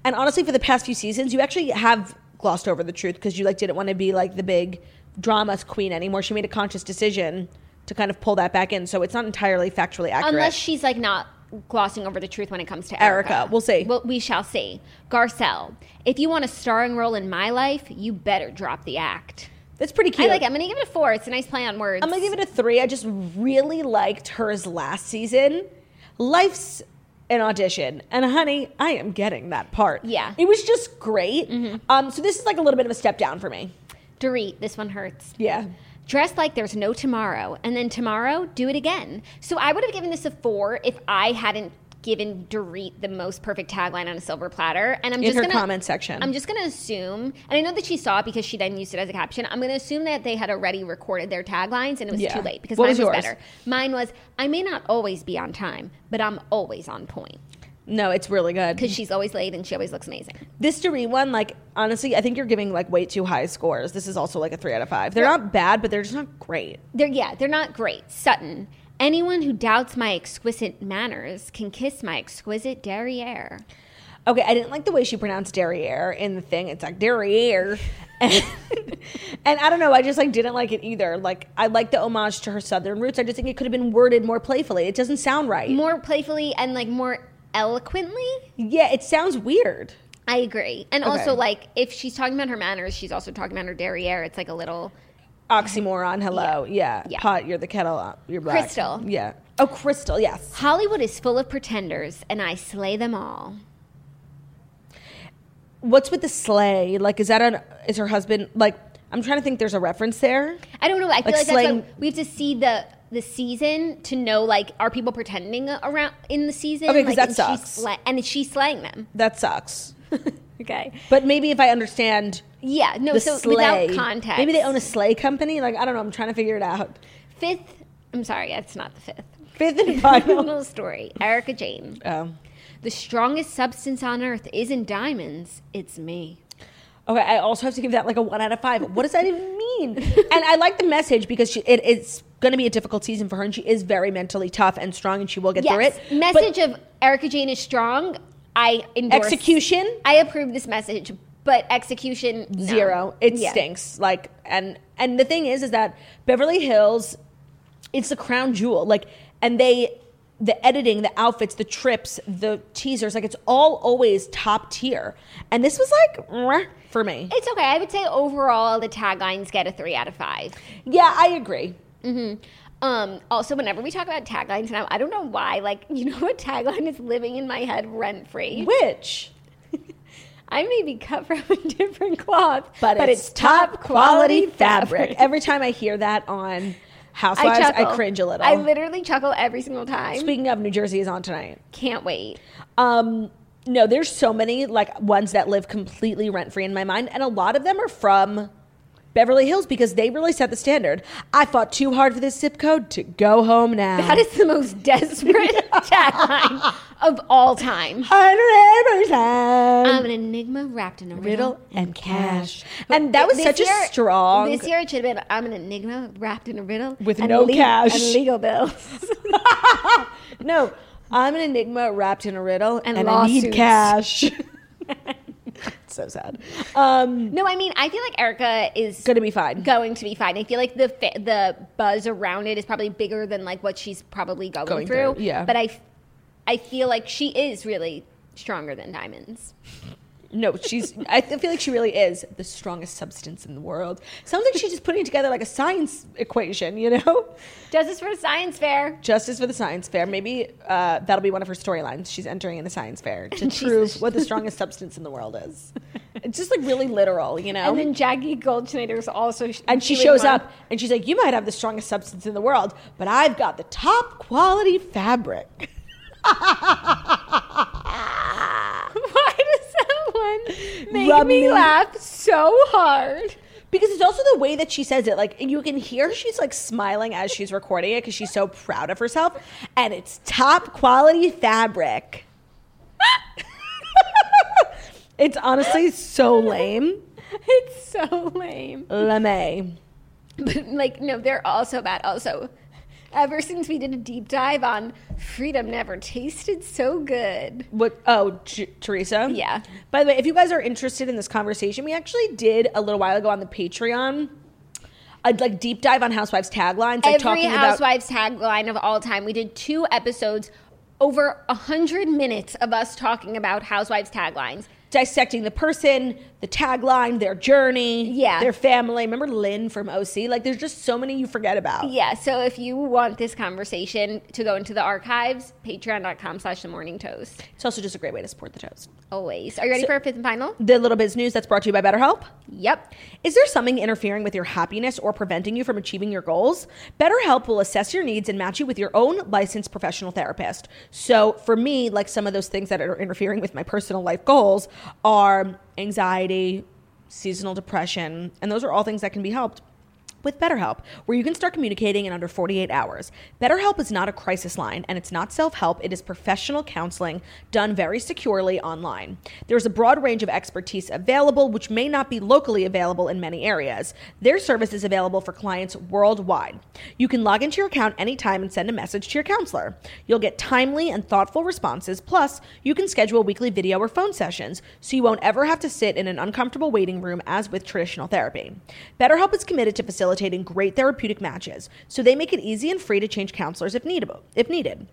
And honestly, for the past few seasons, you actually have glossed over the truth because you like didn't want to be like the big drama queen anymore. She made a conscious decision to kind of pull that back in, so it's not entirely factually accurate.
Unless she's like not glossing over the truth when it comes to
Erica.
Erica.
We'll see.
Well, we shall see. Garcelle, if you want a starring role in my life, you better drop the act.
That's pretty
I
cute.
like it. I'm going to give it a four. It's a nice play on words.
I'm gonna give it a three. I just really liked hers last season. Life's an audition, and honey, I am getting that part.
Yeah. Mm-hmm.
it was just great. Um, so this is like a little bit of a step down for me.
Dorit, this one hurts.
Yeah.
Dress like there's no tomorrow, and then tomorrow, do it again. So I would have given this a four if I hadn't given Dorit the most perfect tagline on a silver platter. And I'm
In
just
her
gonna,
comment section.
I'm just gonna assume, and I know that she saw it because she then used it as a caption. I'm gonna assume that they had already recorded their taglines and it was
Yeah.
too late because
What
mine
was
was,
yours?
better. Mine was, I may not always be on time, but I'm always on point
No, it's really good.
because she's always late and she always looks amazing.
This Doreen one, like honestly, I think you're giving like way too high scores. This is also like a three out of five. They're not bad, but they're just not great.
They're yeah, they're not great. Sutton. Anyone who doubts my exquisite manners can kiss my exquisite derriere.
Okay, I didn't like the way she pronounced derriere in the thing. It's like derriere. And, and I don't know, I just like didn't like it either. Like I like the homage to her southern roots. I just think it could have been worded more playfully. It doesn't sound right.
More playfully and like more eloquently.
yeah, it sounds weird.
I agree. And
Okay.
also like if she's talking about her manners, she's also talking about her derriere. It's like a little
Oxymoron, hello. Yeah.
Yeah.
Pot, you're the kettle, uh, you're black.
Crystal.
Yeah. Oh, crystal, yes.
Hollywood is full of pretenders and I slay them all.
What's with the sleigh? Like is that an is her husband like I'm trying to think there's a reference there.
I don't know. I
Like
feel like, that's
slaying-
why we have to see the the season to know like are people pretending around in the season?
Okay, 'cause
Like,
that
and
sucks.
She's sla- and is she slaying them?
That sucks.
Okay.
But maybe if I understand
Yeah, no,
the
Oh, so
sleigh,
without context.
maybe they own a sleigh company. Like I don't know. I'm trying to figure it out.
Fifth, I'm sorry, it's not the fifth.
Fifth and final.
Little story. Erica Jane.
oh.
The strongest substance on earth isn't diamonds, it's me.
Okay. I also have to give that like a one out of five. What does that even mean? mean? and I like the message because she, it, it's going to be a difficult season for her, and she is very mentally tough and strong, and she will get
Yes.
through it.
Message of Erica Jane is strong. I endorse.
Execution?
I approve this message, but execution no.
zero. It
Yeah.
stinks. Like and and the thing is, is that Beverly Hills, it's the crown jewel. Like and they, the editing, the outfits, the trips, the teasers, like it's all always top tier. And this was like meh, for me.
It's okay. I would say overall the taglines get a three out of five.
yeah, I agree.
Um, also, whenever we talk about taglines now, I don't know why. Like, you know what tagline is living in my head rent free?
Which
I may be cut from a different cloth,
but, it's, top quality fabric. Every time I hear that on
I
Housewives, I,
chuckle.
cringe a little.
I literally chuckle every single time.
Speaking of, New Jersey is on tonight.
Can't wait.
Um, no, there's so many like ones that live completely rent free in my mind, and a lot of them are from Beverly Hills because they really set the standard. I fought too hard for this zip code to go home now.
That is the most desperate tagline of all time. I'm
hundred
an enigma wrapped in a Um, riddle.
riddle and cash, and that was
This
such
year-
a strong.
This year it should have been I'm an enigma wrapped in a riddle
With
and
no
le-
cash.
and legal bills.
no, I'm an enigma wrapped in a riddle,
And
and, I need
lawsuits.
cash. so sad. Um,
No, I mean I feel like Erica is
gonna be fine.
going to be fine. I feel like the fa- the buzz around it is probably bigger than like what she's probably going,
Going
through.
through, yeah.
But I, f- I feel like she is really stronger than diamonds.
No, she's. I th- feel like she really is the strongest substance in the world. Sounds like she's just putting together like a science equation, you know?
Does this for a science fair.
Justice for the science fair. Maybe uh, that'll be one of her storylines. She's entering in the science fair to
Jesus.
prove what the strongest substance in the world is. It's just like really literal, you know?
And then Jackie Goldschneider is also,
and she
doing
shows
one.
up and she's like, You might have the strongest substance in the world, but I've got the top quality fabric.
ah, Why does that one make
Rub
me
me.
laugh so hard?
Because it's also the way that she says it. Like you can hear she's like smiling as she's recording it because she's so proud of herself, and it's top quality fabric. it's honestly so lame,
It's so lame.
lame.
But like, no, they're also bad. Also, ever since we did a deep dive on freedom, never tasted so good.
What? Oh, J- Teresa.
Yeah.
By the way, if you guys are interested in this conversation, we actually did a little while ago on the Patreon a like deep dive on Housewives taglines, like
Every
talking about
Housewives tagline of all time. We did two episodes, over a hundred minutes of us talking about Housewives taglines.
dissecting the person, the tagline, their journey,
Yeah.
their family. Remember Lynn from OC? Like, there's just so many you forget about.
Yeah, so if you want this conversation to go into the archives, patreon.com slash the morning toast.
It's also just a great way to support the toast.
Always. Are you ready for our fifth and final?
The Little Biz News that's brought to you by BetterHelp.
Yep.
Is there something interfering with your happiness or preventing you from achieving your goals? BetterHelp will assess your needs and match you with your own licensed professional therapist. So, for me, like some of those things that are interfering with my personal life goals are anxiety, seasonal depression, and those are all things that can be helped with BetterHelp, where you can start communicating in under 48 hours. BetterHelp is not a crisis line and it's not self help, it is professional counseling done very securely online. There's a broad range of expertise available, which may not be locally available in many areas. Their service is available for clients worldwide. You can log into your account anytime and send a message to your counselor. You'll get timely and thoughtful responses, plus, you can schedule weekly video or phone sessions so you won't ever have to sit in an uncomfortable waiting room as with traditional therapy. BetterHelp is committed to facilitating great therapeutic matches, so they make it easy and free to change counselors if needed. If needed.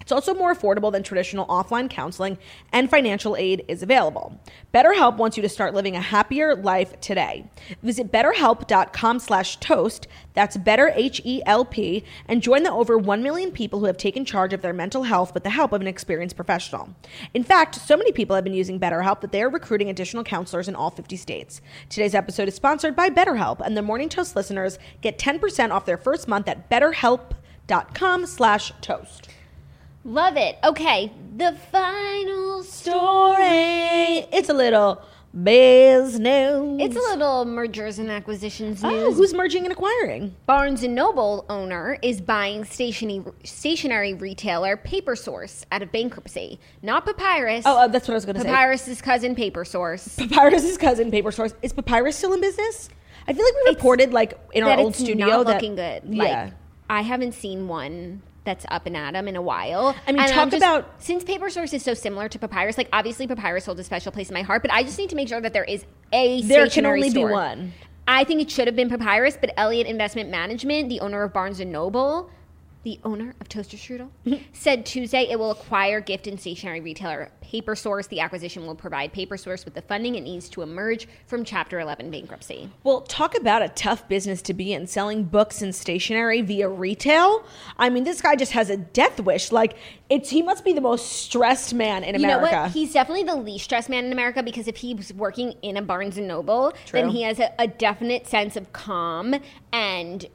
It's also more affordable than traditional offline counseling, and financial aid is available. BetterHelp wants you to start living a happier life today. Visit betterhelp.com slash toast, that's better H-E-L-P, and join the over 1 million people who have taken charge of their mental health with the help of an experienced professional. In fact, so many people have been using BetterHelp that they are recruiting additional counselors in all 50 states. Today's episode is sponsored by BetterHelp, and the Morning Toast listeners get 10% off their first month at betterhelp.com slash toast.
Love it. Okay, the final story.
story. It's a little business.
It's a little mergers and acquisitions
Oh,
news.
who's merging and acquiring?
Barnes & Noble owner is buying stationary, stationery retailer Paper Source out of bankruptcy. Not Papyrus.
Oh, uh, that's what I was going to say.
Papyrus's cousin Paper Sourus.
Papyrus's cousin, Paper Source. Is Papyrus still in business? I feel like we reported like in our
that
old
it's
studio
not
that-
looking good. Like I haven't seen one that's up and at 'em in a while.
I mean,
And I'm
talk about-
since paper source is so similar to papyrus. Like obviously, papyrus holds a special place in my heart, but I just need to make sure that there is a
There can
stationary
only be
store.
one.
I think it should have been papyrus, but Elliott Investment Management, the owner of Barnes and Noble. The owner of Toaster Strudel said Tuesday it will acquire gift and stationery retailer Paper Source. The acquisition will provide Paper Source with the funding it needs to emerge from Chapter 11 bankruptcy.
Well, talk about a tough business to be in selling books and stationery via retail. I mean, this guy just has a death wish. Like, it's he must be the most stressed man in America.
You know what? He's definitely the least stressed man in America because if he was working in a Barnes and Noble, then
True.
he has a, a definite sense of calm and.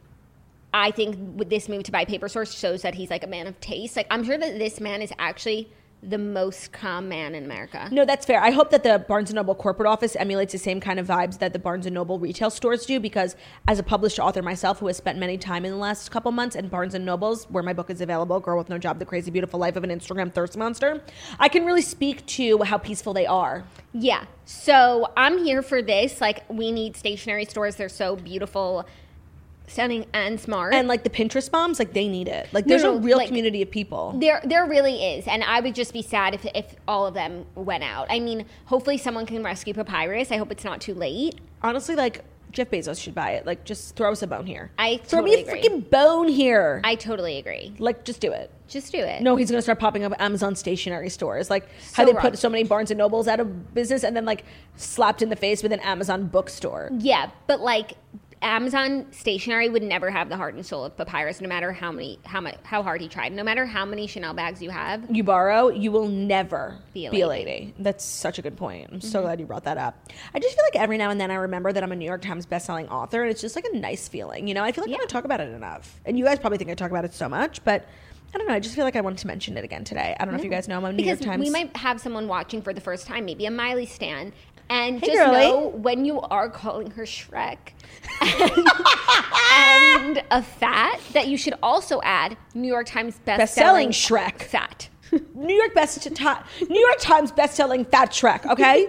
I think with this move to buy paper source shows that he's like a man of taste. Like I'm sure that this man is actually the most calm man in America.
no, that's fair. I hope that the Barnes and Noble corporate office emulates the same kind of vibes that the Barnes and Noble retail stores do. Because as a published author myself, who has spent many time in the last couple months in Barnes and Nobles, where my book is available, "Girl with No Job: The Crazy Beautiful Life of an Instagram Thirst Monster," I can really speak to how peaceful they are.
Yeah. So I'm here for this. Like we need stationary stores. They're so beautiful, stunning, and smart.
And like the Pinterest moms, like they need it. Like there's
no,
a real
like,
community of people.
There, there really is, and I would just be sad if, if all of them went out. I mean, hopefully someone can rescue Papyrus. I hope it's not too late.
honestly, like Jeff Bezos should buy it. Like, just throw us a bone here.
I
throw me a
totally agree.
freaking bone here.
I totally agree.
like, just do it.
Just do it.
No, he's gonna start popping up Amazon stationery stores. Like how
So
they
wrong.
put so many Barnes and Nobles out of business, and then like slapped in the face with an Amazon bookstore.
Yeah, but like Amazon stationery would never have the heart and soul of Papyrus, no matter how many, how much, how hard he tried, no matter how many Chanel bags you have.
you borrow, you will never
Be
be
a Mm-hmm.
a, lady. That's such a good point. I'm so glad you brought that up. I just feel like every now and then I remember that I'm a New York Times bestselling author, and it's just like a nice feeling. You know, I feel like I don't talk about it enough. And you guys probably think I talk about it so much, but I don't know. I just feel like I wanted to mention it again today. I don't know if you guys know I'm a New
because
York Times.
we might have someone watching for the first time, maybe a Miley stan, and
Hey,
just
girly.
know when you are calling her Shrek and, and a fat that you should also add New York Times best-selling
Best-selling Shrek.
fat.
New York best ti- New York Times bestselling fat Shrek. Okay,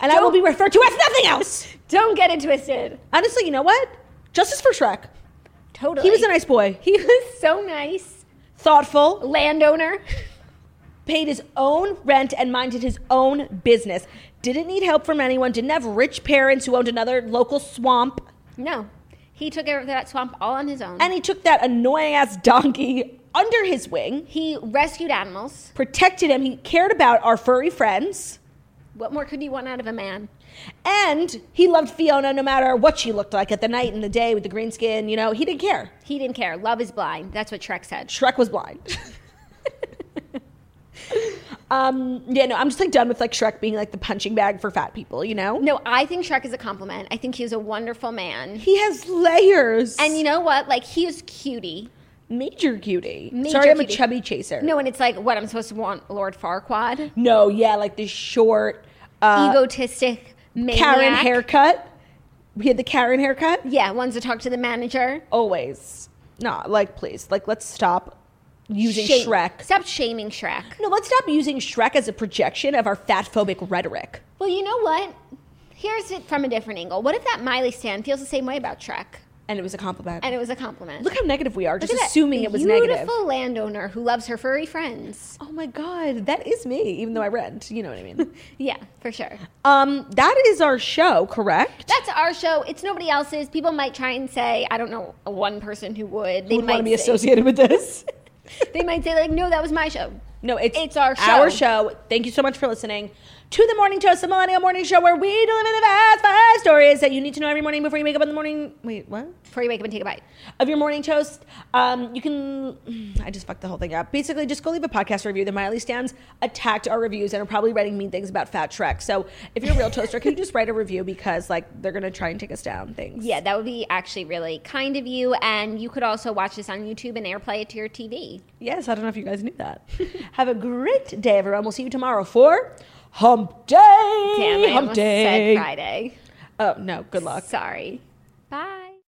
and I will be referred to as nothing else.
Don't get it twisted.
Honestly, you know what? Justice for Shrek.
Totally,
He was a nice boy.
He was so nice.
Thoughtful.
Landowner.
paid his own rent and minded his own business. Didn't need help from anyone. Didn't have rich parents who owned another local swamp.
No, he took care of that swamp all on his own.
And he took that annoying ass donkey under his wing,
he rescued animals.
protected him. He cared about our furry friends.
What more could you want out of a man?
And he loved Fiona no matter what she looked like at the night and the day with the green skin. You know, he didn't care.
He didn't care. Love is blind. That's what Shrek said.
Shrek was blind. um, yeah, no, I'm just like done with like Shrek being like the punching bag for fat people, you know?
No, I think Shrek is a compliment. I think he's a wonderful man.
He has layers.
And you know what? Like he is cutie.
Major cutie.
Major
Sorry, I'm
cutie.
a chubby chaser.
No, and it's like what I'm supposed to want Lord Farquaad.
no, yeah, like this short uh,
Egotistic maniac.
Karen haircut. We had the Karen haircut.
Yeah, wants to talk to the manager.
Always, no, like please, like let's stop using
Shame-
Shrek.
Stop shaming Shrek.
No, let's stop using Shrek as a projection of our fat phobic rhetoric.
Well, you know what? Here's it from a different angle. What if that Miley Stan feels the same way about Shrek?
And it was a compliment.
And it was a compliment.
Look how negative we are.
Look
Just
at that
assuming it was negative.
Beautiful landowner who loves her furry friends.
Oh my god, that is me. Even though I rent, you know what I mean.
Yeah, for sure.
um, that is our show, correct?
That's our show. It's nobody else's. People might try and say, I don't know, one person who would. They
Would
might
want to be
say-
associated with this.
They might say like, no, that was my show.
No, it's
It's our show.
Our show. Thank you so much for listening to the Morning Toast, the Millennial Morning Show, where we deliver the fast five stories that you need to know every morning before you wake up in the morning. Wait, what?
Before you wake up and take a bite.
Of your morning toast. Um, you can. I just fucked the whole thing up. Basically, just go leave a podcast review. The Miley stands attacked our reviews and are probably writing mean things about Fat Shrek. So if you're a real toaster, can you just write a review because like they're gonna try and take us down? Things.
Yeah, that would be actually really kind of you. And you could also watch this on YouTube and airplay it to your TV.
Yes, I don't know if you guys knew that. Have a great day, everyone. We'll see you tomorrow for Hump Day.
Damn, I
Hump
almost
Day.
said Friday.
Oh no, good luck.
Sorry. Bye.